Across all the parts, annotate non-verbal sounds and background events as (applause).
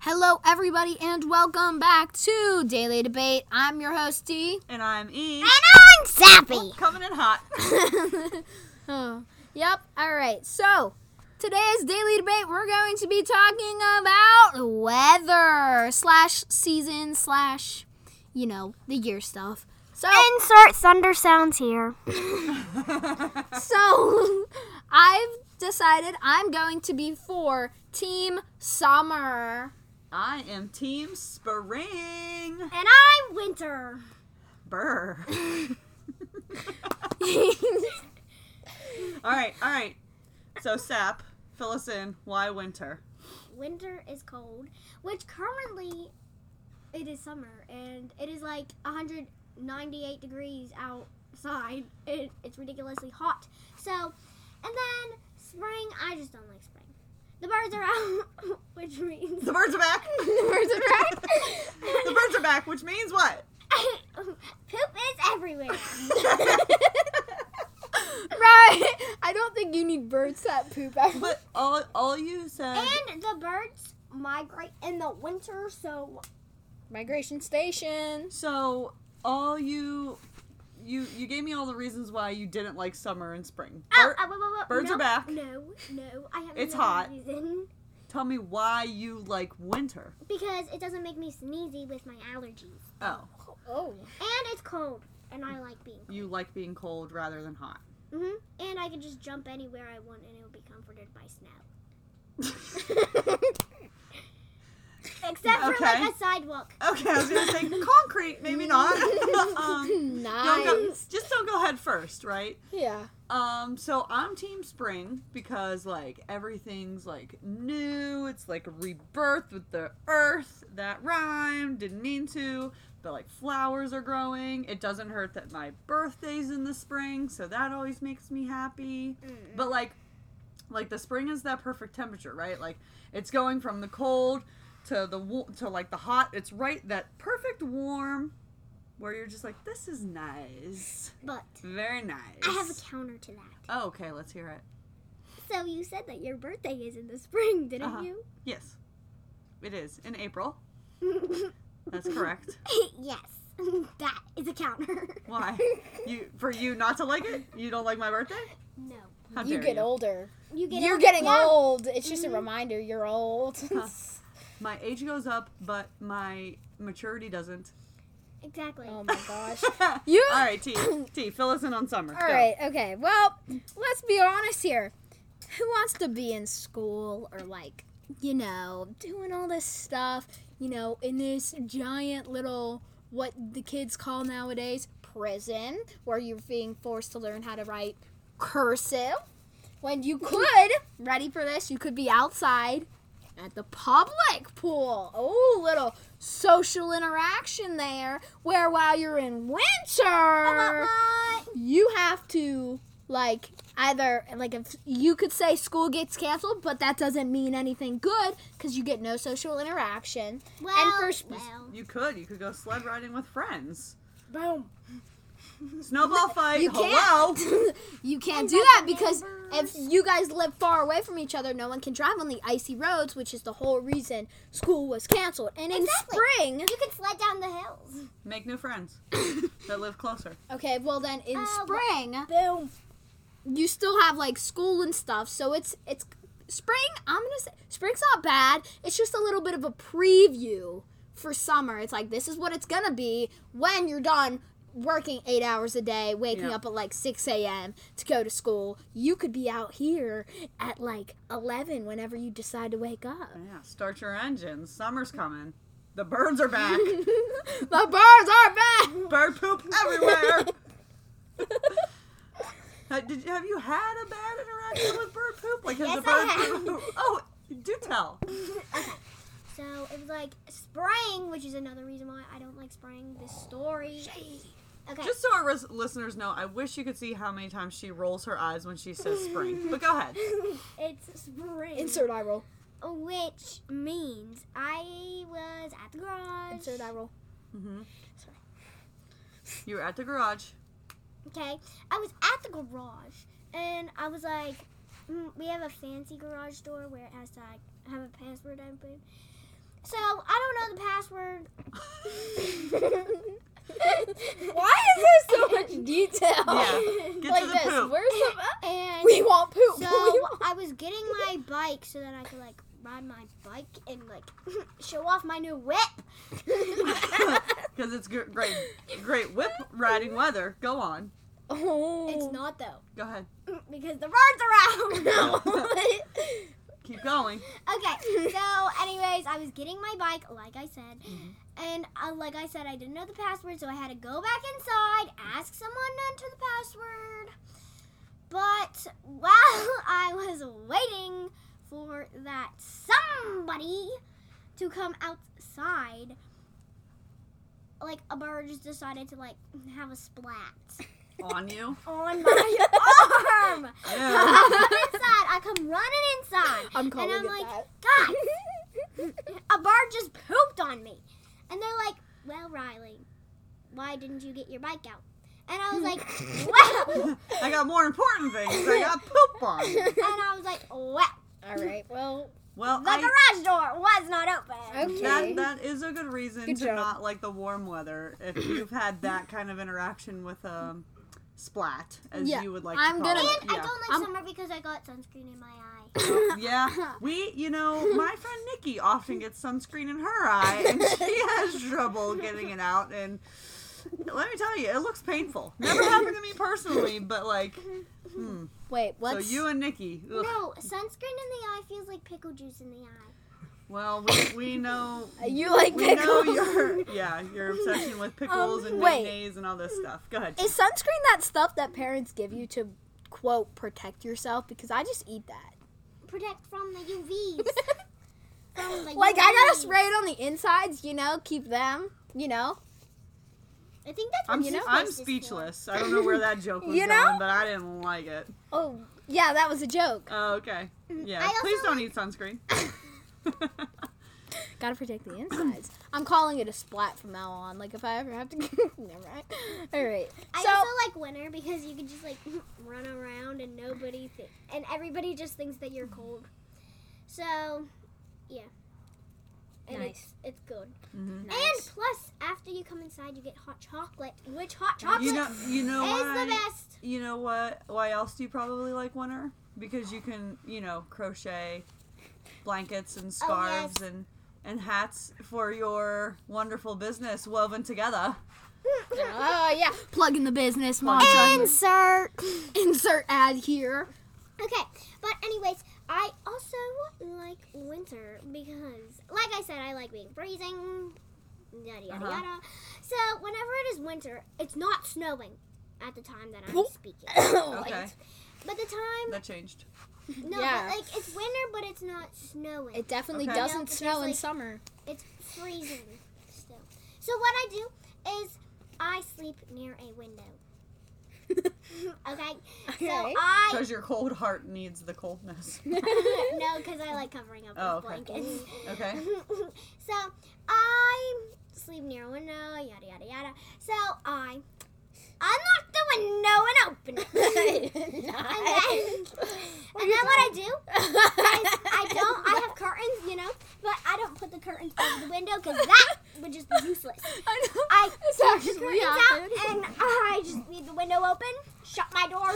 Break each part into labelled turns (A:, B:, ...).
A: Hello, everybody, and welcome back to Daily Debate. I'm your host, Dee.
B: And I'm E.
C: I'm Zappy.
B: Coming in hot.
A: Oh, yep, all right. So, today's Daily Debate, we're going to be talking about weather slash season slash, you know, the year stuff. So, (laughs)
C: Insert thunder sounds here.
A: so I've decided I'm going to be for Team (laughs) Summer.
B: I am Team Spring.
C: And I'm Winter.
D: (laughs)
B: Brr. All right, all right. So, Sap, fill us in. Why winter?
D: winter is cold, which currently it is summer and it is like 198 degrees outside. It, it's ridiculously hot. So, and then spring, I just don't like spring. The birds are (laughs) out, which means (laughs)
B: The birds are back.
A: Words of right?
B: the birds are back, which means
D: (laughs)
B: what?
D: poop is
A: (laughs)
D: everywhere.
A: right. I don't think you need birds that poop out.
B: But all, all you said.
D: And the birds migrate in the winter, so
A: Migration station.
B: so, all you. You, you gave me all the reasons why you didn't like summer and spring.
D: Oh,
B: Bir-
D: oh, wait, wait, wait,
B: birds are
D: no,
B: back.
D: No, no, I have
B: It's
D: another
B: hot.
D: Reason.
B: Tell me why you like winter.
D: Because it doesn't make me sneezy with my allergies.
B: Oh,
A: Oh.
D: And it's cold, and I like being cold.
B: you like being cold rather than hot.
D: hmm And I can just jump anywhere I want, and it'll be comforted by snow. (laughs) Except for
B: Okay.
D: like a sidewalk.
B: Okay, I was gonna say concrete, maybe not. (laughs) um, don't go-
A: Nice.
B: just don't go head first, right?
A: Yeah.
B: Um, so I'm Team Spring because like everything's like new. It's like a rebirth with the earth. That rhymed, didn't mean to, but like flowers are growing. It doesn't hurt that my birthday's in the spring, so that always makes me happy. But like, like the spring is that perfect temperature, right? Like it's going from the cold to the wa- to like the hot. It's right that perfect warm where you're just like this is nice.
D: But
B: Very nice.
D: I have a counter to that.
B: Oh, okay, let's hear it.
D: So you said that your birthday is in the spring, didn't
B: Uh-huh.
D: you?
B: Yes, it is in April.
A: (laughs)
B: That's correct.
D: (laughs) yes. (laughs) that is a counter.
B: Why? You for you not to like it? You don't like my birthday?
D: No.
B: How
A: You
B: dare
A: get older.
D: You get
A: You're
D: it?
A: getting
D: Yeah.
A: old. It's just a reminder you're old.
B: My age goes up, but my maturity doesn't. (laughs)
D: Exactly.
A: (laughs) oh my gosh.
B: you. All
A: (coughs)
B: right, T. T. Fill us in on summer.
A: All right. Okay. Well, let's be honest here. Who wants to be in school or like, you know, doing all this stuff, you know, in this giant little what the kids call nowadays prison where you're being forced to learn how to write cursive when you could, ready for this, you could be outside at the public pool. Oh, little social interaction there where while you're in
D: Oh,
A: winter, you have to like either like if you could say school gets canceled, but that doesn't mean anything good cuz you get no social interaction.
D: Well,
A: for sp-
D: well.
B: You could. You could go sled riding with friends.
A: Boom. (laughs)
B: Snowball fight.
A: You
B: Hello.
A: can't. (laughs) you can't do that because if you guys live far away from each other, no one can drive on the icy roads, which is the whole reason school was canceled. And in
D: Exactly.
A: spring,
D: You can sled down the hills.
B: Make new
A: (coughs)
B: friends that live closer.
A: okay, well then in
D: Uh, wh-
A: spring,
D: Boom.
A: you still have like school and stuff. So it's it's spring. I'm gonna say spring's not bad. It's just a little bit of a preview for summer. It's like this is what it's gonna be when you're done working eight hours a day, waking
B: Yeah.
A: up at like six a.m. to go to school. You could be out here at like eleven whenever you decide to wake up.
B: (laughs)
A: (laughs)
B: Yeah. Start your engines. Summer's coming. The birds are
A: (laughs)
B: back.
A: The birds are back.
B: Bird poop
D: (laughs)
B: everywhere. (laughs) Uh, Did you, have you had a bad interaction with bird poop? Like has
D: Yes,
B: the bird
D: I have.
B: poop? (laughs) Oh, do tell.
D: So it was like spring, which is another reason why I don't like spring. This story. Okay.
B: Just so our ris- listeners know, I wish you could see how many times she rolls her eyes when she says spring. But go ahead.
D: it's spring.
A: Insert eye
B: (laughs)
A: roll.
D: Which means I was at the garage.
A: Insert eye
B: (laughs)
A: roll. (laughs)
B: You were at the garage.
D: Okay. I was at the garage and I was like, mm, we have a fancy garage door where it has to like, have a password open. So I don't know the password.
A: Why is there so much detail?
B: Yeah.
D: (laughs)
B: Get
A: like
B: to the
A: this.
B: poop.
A: Where's the (laughs)
D: And
A: We want poop.
D: (laughs) so
A: We want-
D: I was getting my bike so that I could like ride my bike and like (laughs) show off my new whip. (laughs)
B: Because it's gr- great, great whip riding weather. Go on.
A: oh.
D: It's not though,
B: Go ahead.
D: because the birds are out.
B: (laughs)
D: (laughs)
B: Keep going.
D: okay. So, anyways, I was getting my bike, like I said,
B: Mhm.
D: and uh, like I said, I didn't know the password, so I had to go back inside, ask someone to enter the password. But while (laughs) I was waiting for that somebody to come outside, like a bird just decided to like have a splat
B: On you.
D: (laughs) on (laughs) my arm.
B: Yeah.
D: I come inside. I come running inside.
A: I'm calling
D: and I'm
A: it
D: like,
A: that. (laughs)
D: God, a bird just pooped on me. And they're like, Well, Riley, why didn't you get your bike out? And I
A: (laughs)
D: was like, Well.
B: I got more important things. I got poop
D: (laughs)
B: on.
D: And I was like, Well,
A: All right. Well,
B: Well,
D: the
B: I,
D: garage door was not open.
A: okay.
B: that, that is a good reason
A: Good
B: to
A: job.
B: not like the warm weather if you've had that kind of interaction with um, splat, as
A: Yeah,
B: you would like
A: I'm
B: to call
A: gonna-
B: it.
D: And I
B: yeah.
D: don't like
A: I'm-
D: summer because I got sunscreen in
A: (laughs)
D: my eye.
B: Yeah, we, you know, my friend Nikki often gets sunscreen in her eye, and she
A: (laughs)
B: has trouble getting it out. And let me tell you, it looks painful. Never happened to me personally, but like, hmm.
A: wait.
B: so
A: What's
B: you and Nikki. ugh.
D: No, sunscreen in the eye feels like pickle juice in the eye.
B: Well, we, we know.
A: uh, you like
B: We know
A: pickles? Um,
B: your yeah your obsession with pickles and
A: wait.
B: mayonnaise and all this stuff. Go ahead.
A: (laughs) Is sunscreen that stuff that parents give you to quote protect yourself? Because I just eat that. (laughs)
D: Protect from the UVs. from the
A: Like I gotta
D: UVs.
A: spray it on the insides, you know, keep them, you know.
D: I think that's what
B: I'm
D: you know,
B: I'm speechless. I don't know where that
D: (laughs)
B: joke was
A: You know?
B: going, but I didn't like it.
A: Oh yeah, that was a joke. (clears throat)
B: Oh, okay. Yeah.
D: I
B: Please
D: also
B: don't eat sunscreen.
A: Gotta protect the insides. (clears throat) I'm calling it a splat from now on. Like if I ever have to, (laughs) never mind. All right.
D: I
A: So
D: also like winter because you can just like (laughs) run around and nobody thi- and everybody just thinks that you're cold. So, yeah. And
A: Nice.
D: it's, it's good.
B: Mhm.
D: And plus, after you come inside, you get hot chocolate, which hot chocolate
B: You know, you know
D: is
B: why?
D: the best.
B: (laughs) You know what? Why else do you probably like winter? Because you can, you know, crochet blankets
D: Oh,
B: and scarves and and hats for your wonderful business woven together.
A: (laughs) oh yeah, plug in the business,
B: Plug
A: mom.
B: in.
C: Insert.
A: (laughs) Insert ad here.
D: Okay, but anyways, I also like winter because, like I said, I like being freezing, yada yada
B: Uh-huh.
D: yada. So whenever it is winter, it's not snowing at the time that I'm
A: Cool.
D: speaking.
A: Like,
B: Okay,
D: But the time,
B: that changed.
D: no,
A: Yeah.
D: but like it's winter, but it's not snowing.
A: It definitely
B: Okay.
A: doesn't
D: No, because,
A: snow in
D: like- (laughs)
A: summer. (laughs)
D: it's freezing still. So what I do is I sleep near a window. Okay. So
A: Okay.
B: (laughs)
D: I
B: Because your cold heart needs the
D: (laughs)
B: coldness.
D: no, because I like covering up
B: Oh,
D: with
B: okay.
D: blankets.
B: Okay.
D: (laughs) so I sleep near a window, yada yada yada. So I unlock the window and open
A: (laughs)
D: it. and then, and then what I do is I don't. I have curtains, you know, but I don't put the curtains over the window because that would just be useless.
A: (laughs) I know. (laughs)
D: I
A: This
D: take the
A: actually
D: curtains
A: happened.
D: out and I just leave the window open, shut my
A: (laughs)
D: door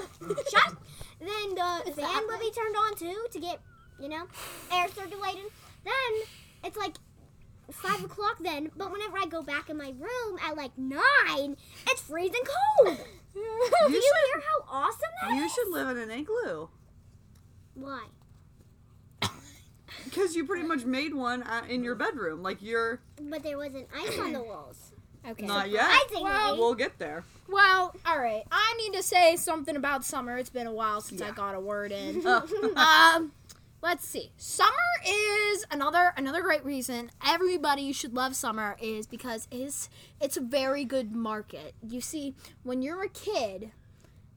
D: shut. Then the fan will be turned on too to get, you know, air circulated. Then it's like five o'clock then, but whenever I go back in my room at like nine, it's freezing
A: (laughs)
D: cold. (laughs) Do you hear how awesome that
B: You
D: is?
B: should live in an igloo.
D: Why?
B: Because you pretty much made one uh, in your bedroom. Like you're
D: But there wasn't ice
A: (clears throat)
D: on the walls.
A: okay.
B: not yet.
D: Surprisingly.
B: We'll get there. (laughs)
A: Well, all right. I need to say something about summer. It's been a while since I
B: Yeah.
A: got a word
D: (laughs)
A: in.
B: Oh.
A: um, let's see. Summer is another another great reason everybody should love summer is because it's it's a very good market. You see, when you're a kid,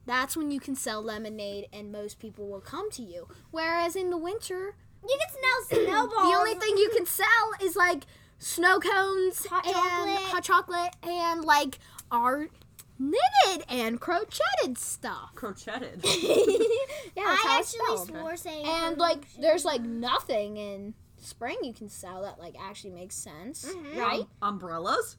A: that's when you can sell lemonade and most people will come to you. Whereas in the winter,
D: You can smell snowballs.
A: the only thing you can sell is like snow cones
D: Hot
A: and
D: chocolate.
A: hot chocolate and like our knitted and crocheted stuff.
B: Crocheted.
A: yeah, that's
D: I
A: how it's
D: actually
A: spelled.
C: Um,
D: swore saying
A: And like, there's like nothing in spring you can sell that like actually makes sense,
C: Mm-hmm.
D: Mhm.
A: right?
B: Um, Umbrellas.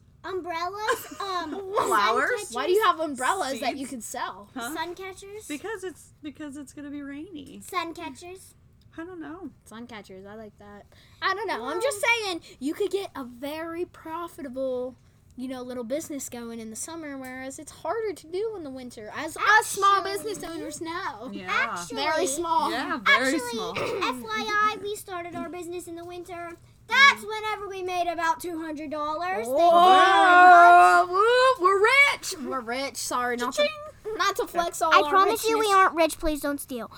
A: (laughs)
D: Umbrellas, um,
B: Flowers?
A: Why do you have umbrellas that you
B: Seeds.
A: can sell?
B: Huh?
D: sun catchers?
B: Because it's because it's gonna be rainy.
D: sun catchers.
B: I don't know.
A: Sun catchers, I like that. I don't know. I'm just saying you could get a very profitable, you know, little business going in the summer, whereas it's harder to do in the winter, as us small
D: Actually-
A: business owners know.
B: Yeah.
D: Actually-
A: Very small. (clears throat)
B: yeah, very
D: Actually, (clears throat)
B: small.
D: FYI, we started our business in the winter. That's whenever we made about two hundred dollars.
A: Oh, woo, we're rich. We're rich. Sorry, not to, not to flex all
C: I
A: our
C: promise you we
A: richness.
C: aren't rich. Please don't steal.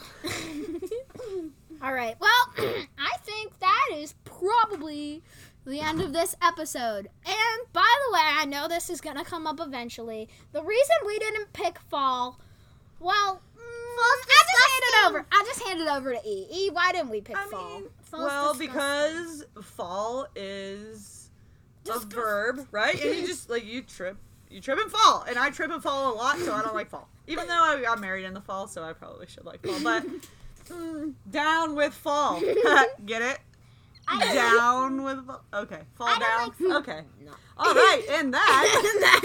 A: All right. Well, (clears throat) I think that is probably the end of this episode. And by the way, I know this is going to come up eventually. The reason we didn't pick fall, well, mm, I just hand it over. I just hand it over to E. E, why didn't we pick
B: I
A: fall?
B: mean,
D: Fall's
B: well,
D: disgusting.
B: because fall is a verb, right? And you just like you trip, you trip and fall, and I trip and fall a lot, so I don't like fall. Even though I got married in the fall, so I probably should like fall. But mm, down with fall, (laughs) get it? (laughs)
D: I-
B: down with fall. Okay, fall
D: I
B: down.
D: don't like
B: okay, all right, and
D: (laughs)
B: that.
A: (laughs) and, that,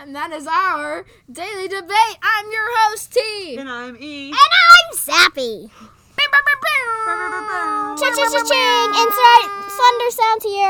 A: and that is our daily debate. I'm your host, T.
B: and I'm E.
C: I'm Zappy. Cha-ching! Insert thunder sound here.